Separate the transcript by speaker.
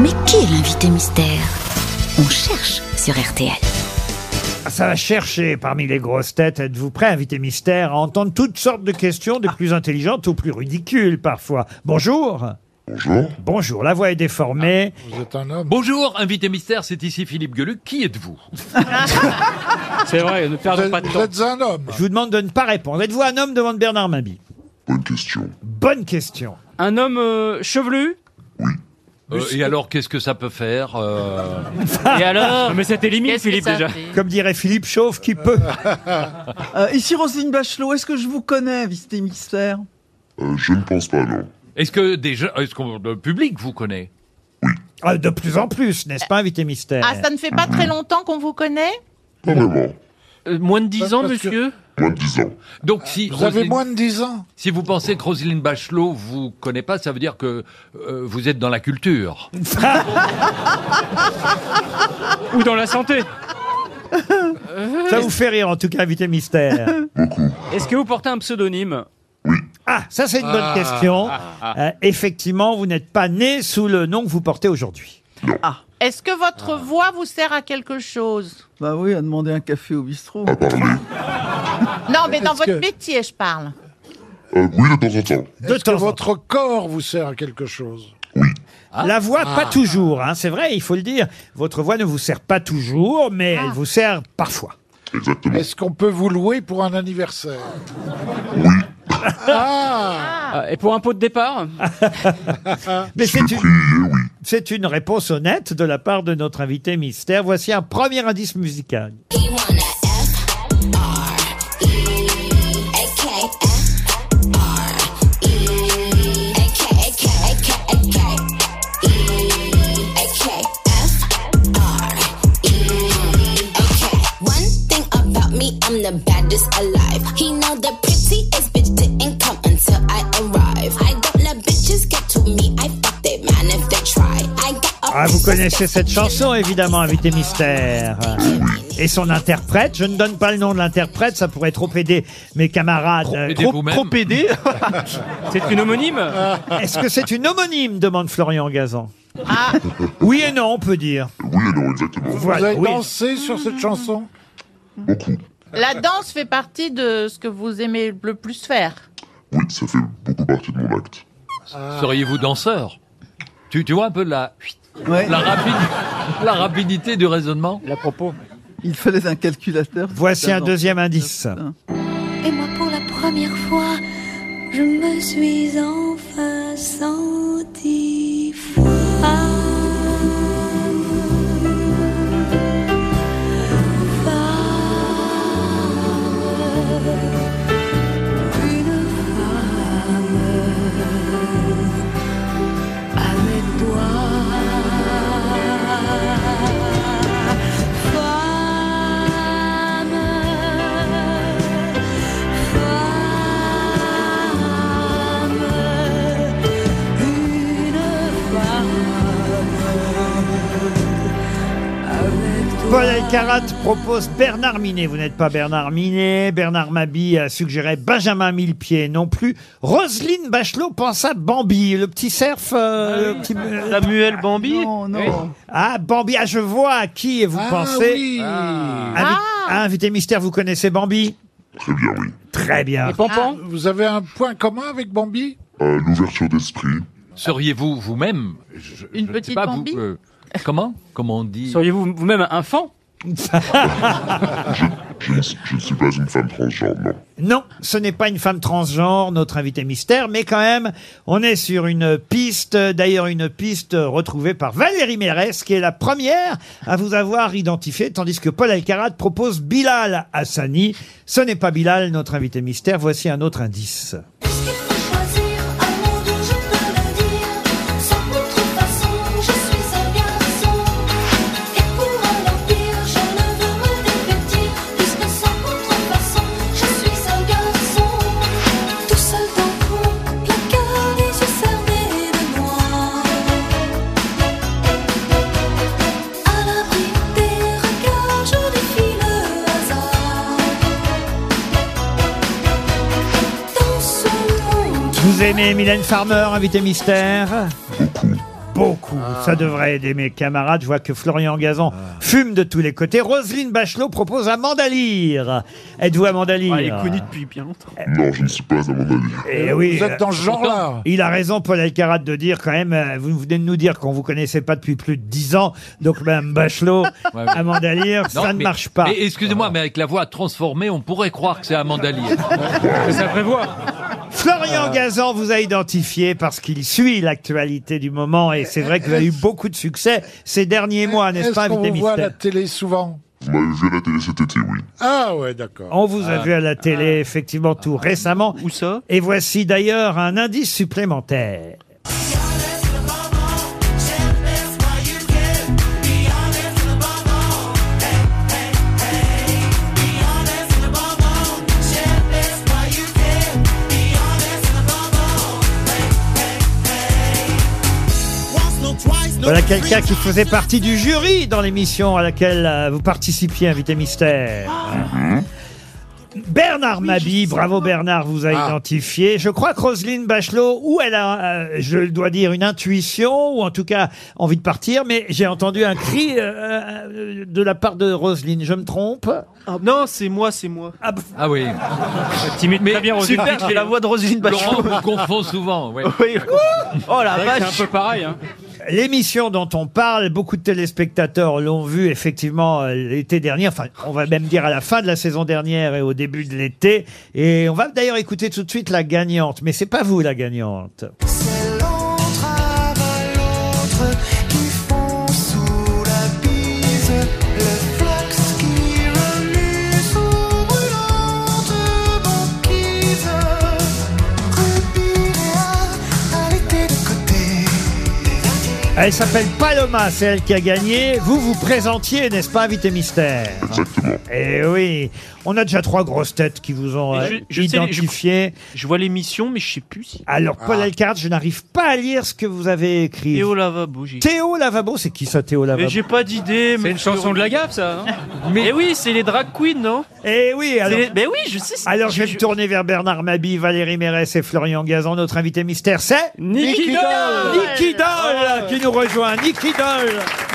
Speaker 1: Mais qui est l'invité mystère On cherche sur RTL.
Speaker 2: Ah, Ça va chercher parmi les grosses têtes. Êtes-vous prêt, invité mystère, à entendre toutes sortes de questions, des plus intelligentes aux plus ridicules parfois Bonjour. Bonjour. Bonjour. La voix est déformée.
Speaker 3: Vous êtes un homme.
Speaker 4: Bonjour, invité mystère, c'est ici Philippe Gueluc. Qui êtes-vous
Speaker 5: C'est vrai, ne
Speaker 3: Vous
Speaker 5: perdons
Speaker 3: êtes,
Speaker 5: pas de
Speaker 3: vous
Speaker 5: temps.
Speaker 4: Euh,
Speaker 3: êtes un homme.
Speaker 2: Je vous demande de ne pas répondre. Êtes-vous un homme demande Bernard Mabi.
Speaker 6: Bonne question.
Speaker 2: Bonne question.
Speaker 5: Un homme euh, chevelu
Speaker 4: Euh, Et alors, qu'est-ce que ça peut faire euh,
Speaker 5: Et alors Ah. Mais c'était limite, Philippe, déjà.
Speaker 2: Comme dirait Philippe Chauve, qui peut.
Speaker 7: Euh, ici Roselyne Bachelot, est-ce que je vous connais, visité mystère
Speaker 6: Euh, je ne pense pas, non.
Speaker 4: Est-ce que déjà, est-ce qu'on le public vous connaît
Speaker 2: Ah, de plus en plus, n'est-ce pas, invité mystère
Speaker 8: Ah, ça ne fait pas très longtemps qu'on vous connaît
Speaker 6: Pas vraiment.
Speaker 5: Euh, moins de 10 ans,
Speaker 3: Parce que-
Speaker 5: monsieur
Speaker 6: Moins de 10 ans.
Speaker 4: Donc, si
Speaker 3: Vous avez
Speaker 4: Roselyne-
Speaker 3: moins de 10 ans.
Speaker 4: si vous pensez que Roselyne Bachelot vous connaît pas, ça veut dire que euh, vous êtes dans la culture.
Speaker 5: Ou dans la santé
Speaker 2: Ça vous fait rire, en tout cas, invité mystère.
Speaker 5: Est-ce que vous portez un pseudonyme
Speaker 2: Ah, ça c'est une bonne question.
Speaker 3: Ah,
Speaker 2: Euh, effectivement, vous n'êtes pas né sous le nom que vous portez aujourd'hui.
Speaker 8: Est-ce que votre
Speaker 3: Ah.
Speaker 8: voix vous sert à quelque chose
Speaker 7: Bah oui, à demander un café au bistrot.
Speaker 6: À parler.
Speaker 8: Non, mais dans
Speaker 3: Est-ce
Speaker 8: votre
Speaker 3: que-
Speaker 8: métier, je parle.
Speaker 6: Euh, oui, de temps en temps.
Speaker 2: De
Speaker 3: Est-ce que
Speaker 2: temps en
Speaker 3: votre corps vous sert à quelque chose
Speaker 4: Ah.
Speaker 2: temps. La voix, pas toujours, hein, c'est vrai, il faut le dire. Votre voix ne vous sert pas toujours, mais elle vous sert parfois.
Speaker 6: Exactement.
Speaker 3: Est-ce qu'on peut vous louer pour un anniversaire Ah
Speaker 5: Euh, Et pour un pot de départ
Speaker 2: Mais c'est une,
Speaker 6: Prier, oui.
Speaker 2: c'est une réponse honnête de la part de notre invité mystère. Voici un premier indice musical.
Speaker 9: One thing about me, I'm the baddest alive. He know the prettiest bitch didn't come until I arrive. I don't let bitches get to me. I fuck they man if they try. I got a
Speaker 2: Ah, vous connaissez cette chanson, évidemment, invité mystère. Et son interprète, je ne donne pas le nom de l'interprète, ça pourrait trop aider mes camarades.
Speaker 4: Trop
Speaker 2: Euh,
Speaker 4: aider vous-même.
Speaker 2: aider.
Speaker 5: C'est une homonyme
Speaker 2: Est-ce que c'est une homonyme demande Florian Gazan.
Speaker 8: Ah,
Speaker 2: Oui et non, on peut dire.
Speaker 6: Oui et non, exactement.
Speaker 3: Vous
Speaker 2: Voilà,
Speaker 3: avez
Speaker 2: oui.
Speaker 3: dansé sur cette chanson
Speaker 6: Beaucoup.
Speaker 8: la danse fait partie de ce que vous aimez le plus faire.
Speaker 6: Oui, ça fait beaucoup partie de mon acte.
Speaker 4: Seriez-vous danseur tu, tu vois un peu la,
Speaker 7: Ouais,
Speaker 4: la, rapide- la rapidité du raisonnement
Speaker 5: La propos.
Speaker 7: il fallait un calculateur.
Speaker 2: Voici un deuxième indice.
Speaker 10: Et moi pour la première fois, je me suis enfin sentie femme. Femme. Une femme. Avec toi. Femme. Femme, une femme, avec toi.
Speaker 2: Paul Elkarat propose Bernard Minet. Vous n'êtes pas Bernard Minet. Bernard Mabi a suggéré Benjamin Millepied non plus. Roselyne Bachelot pense à Bambi, le petit cerf.
Speaker 3: Ah
Speaker 2: euh, le petit- euh,
Speaker 5: Samuel Bambi
Speaker 7: Ah, Non, non.
Speaker 2: ah, Bambi, ah, je vois à qui vous
Speaker 3: Ah
Speaker 2: pensez. Ah.
Speaker 3: oui Ah.
Speaker 2: Invi- Invité mystère, vous connaissez Bambi
Speaker 6: Très bien, oui.
Speaker 2: Très bien.
Speaker 5: Et
Speaker 7: Ah.
Speaker 5: Pampan
Speaker 3: Vous avez un point commun avec Bambi
Speaker 6: Euh, L'ouverture d'esprit.
Speaker 4: Seriez-vous vous-même Je- je ne
Speaker 8: Une
Speaker 4: sais
Speaker 8: petite
Speaker 4: pas, vous-
Speaker 8: Bambi
Speaker 4: euh, Comment Comment on dit
Speaker 5: Seriez-vous vous-même un fan
Speaker 6: Je ne, je ne suis pas une femme transgenre, non.
Speaker 2: Non, ce n'est pas une femme transgenre, notre invité mystère, mais quand même, on est sur une piste, d'ailleurs une piste retrouvée par Valérie Mérès, qui est la première à vous avoir identifié, tandis que Paul Alcarat propose Bilal Hassani. Ce n'est pas Bilal, notre invité mystère, voici un autre indice.
Speaker 10: Puisqu'il faut choisir un mot dont je peux le dire, sans contrefaçon, je suis un garçon. Et pour un empire, je ne veux me dévêtir, puisque sans contrefaçon, je suis un garçon. Tout seul dans mon placard, les yeux cernés de noir. À l'abri des regards, je défie le hasard. Dans ce monde.
Speaker 2: Vous aimez Mylène Farmer, invité mystère beaucoup. Ça devrait aider mes camarades. Je vois que Florian Gazan fume de tous les côtés. Roselyne Bachelot propose un mandalire. Êtes-vous à mandalire
Speaker 5: Elle Ah, est connue depuis bien longtemps.
Speaker 6: Non, je ne suis pas à mon avis.
Speaker 2: Eh oui.
Speaker 3: Vous êtes dans ce genre-là
Speaker 2: Il a raison, Paul Alcarat, de dire quand même, euh, vous venez de nous dire qu'on vous connaissait pas depuis plus de 10 ans, donc Mme Bachelot,
Speaker 4: Ouais, ouais.
Speaker 2: à Mandalire,
Speaker 4: Non,
Speaker 2: ça ne
Speaker 4: mais-
Speaker 2: marche pas. Ah.
Speaker 4: mais excusez-moi, mais avec la voix transformée, on pourrait croire que c'est un mandalier.
Speaker 5: Ça prévoit.
Speaker 4: Euh.
Speaker 2: Florian Gazan vous a identifié parce qu'il suit l'actualité du moment et c'est vrai qu'il a eu beaucoup de succès ces derniers mois, n'est-ce pas,
Speaker 3: Est-ce qu'on
Speaker 2: invité
Speaker 3: vous voit à la
Speaker 2: mystère
Speaker 3: télé souvent
Speaker 6: Vous m'avez vu à la télé cet été, oui.
Speaker 3: Ah ouais, d'accord.
Speaker 2: On vous a vu à la
Speaker 4: Ah.
Speaker 2: télé, effectivement, tout récemment.
Speaker 5: Où ça
Speaker 2: Et voici d'ailleurs un indice supplémentaire. Voilà quelqu'un qui faisait partie du jury dans l'émission à laquelle euh, vous participiez, invité mystère. Bernard Mabi, bravo Bernard, vous a
Speaker 3: Ah.
Speaker 2: identifié. Je crois que Roselyne Bachelot, ou elle a, euh, je le dois dire, une intuition, ou en tout cas envie de partir, mais j'ai entendu un cri euh, euh, de la part de Roselyne, je me trompe
Speaker 7: Ah.
Speaker 5: Non, c'est moi, c'est moi.
Speaker 2: Ah, bah,
Speaker 4: Ah oui.
Speaker 5: Timide, mais bien Roselyne.
Speaker 7: Super, j'ai la voix de Roselyne
Speaker 4: Laurent
Speaker 7: Bachelot.
Speaker 4: vous confond souvent. ouais.
Speaker 7: Oui. Oh la
Speaker 5: C'est
Speaker 7: vache
Speaker 5: un peu pareil. Hein.
Speaker 2: L'émission dont on parle, beaucoup de téléspectateurs l'ont vue effectivement euh, l'été dernier, enfin on va même dire à la fin de la saison dernière et au début de l'été. Et on va d'ailleurs écouter tout de suite la gagnante, mais c'est pas vous la gagnante.
Speaker 10: C'est l'autre à l'autre qui font sous la bise le flax qui remue sous brûlante banquise. Rubinéa à l'été de côté.
Speaker 2: Elle s'appelle Paloma, c'est elle qui a gagné. Vous vous présentiez, n'est-ce pas, invité mystère
Speaker 6: Exactement.
Speaker 2: Eh oui, on a déjà trois grosses têtes qui vous ont
Speaker 5: Mais je-
Speaker 2: euh,
Speaker 5: je sais, je-
Speaker 2: identifié.
Speaker 5: Je vois l'émission, mais je sais plus si.
Speaker 2: Alors Paul Elkart, je n'arrive pas à lire ce que vous avez écrit.
Speaker 5: Et au lavabo, j'ai.
Speaker 2: Théo Lavabo, c'est qui ça Théo Lavabo
Speaker 5: Mais j'ai pas d'idée.
Speaker 4: C'est une chanson de la
Speaker 5: gaffe, ça. Mais Eh oui, c'est les drag queens, non
Speaker 2: Eh oui,
Speaker 5: C'est
Speaker 2: alors...
Speaker 5: les- Mais oui, je sais. c'est-
Speaker 2: Alors je vais me tourner vers Bernard Mabi, Valérie Mérès et Florian Gazan. Notre invité mystère, c'est
Speaker 5: Niki Doll
Speaker 2: Niki Doll qui nous rejoint. Niki Doll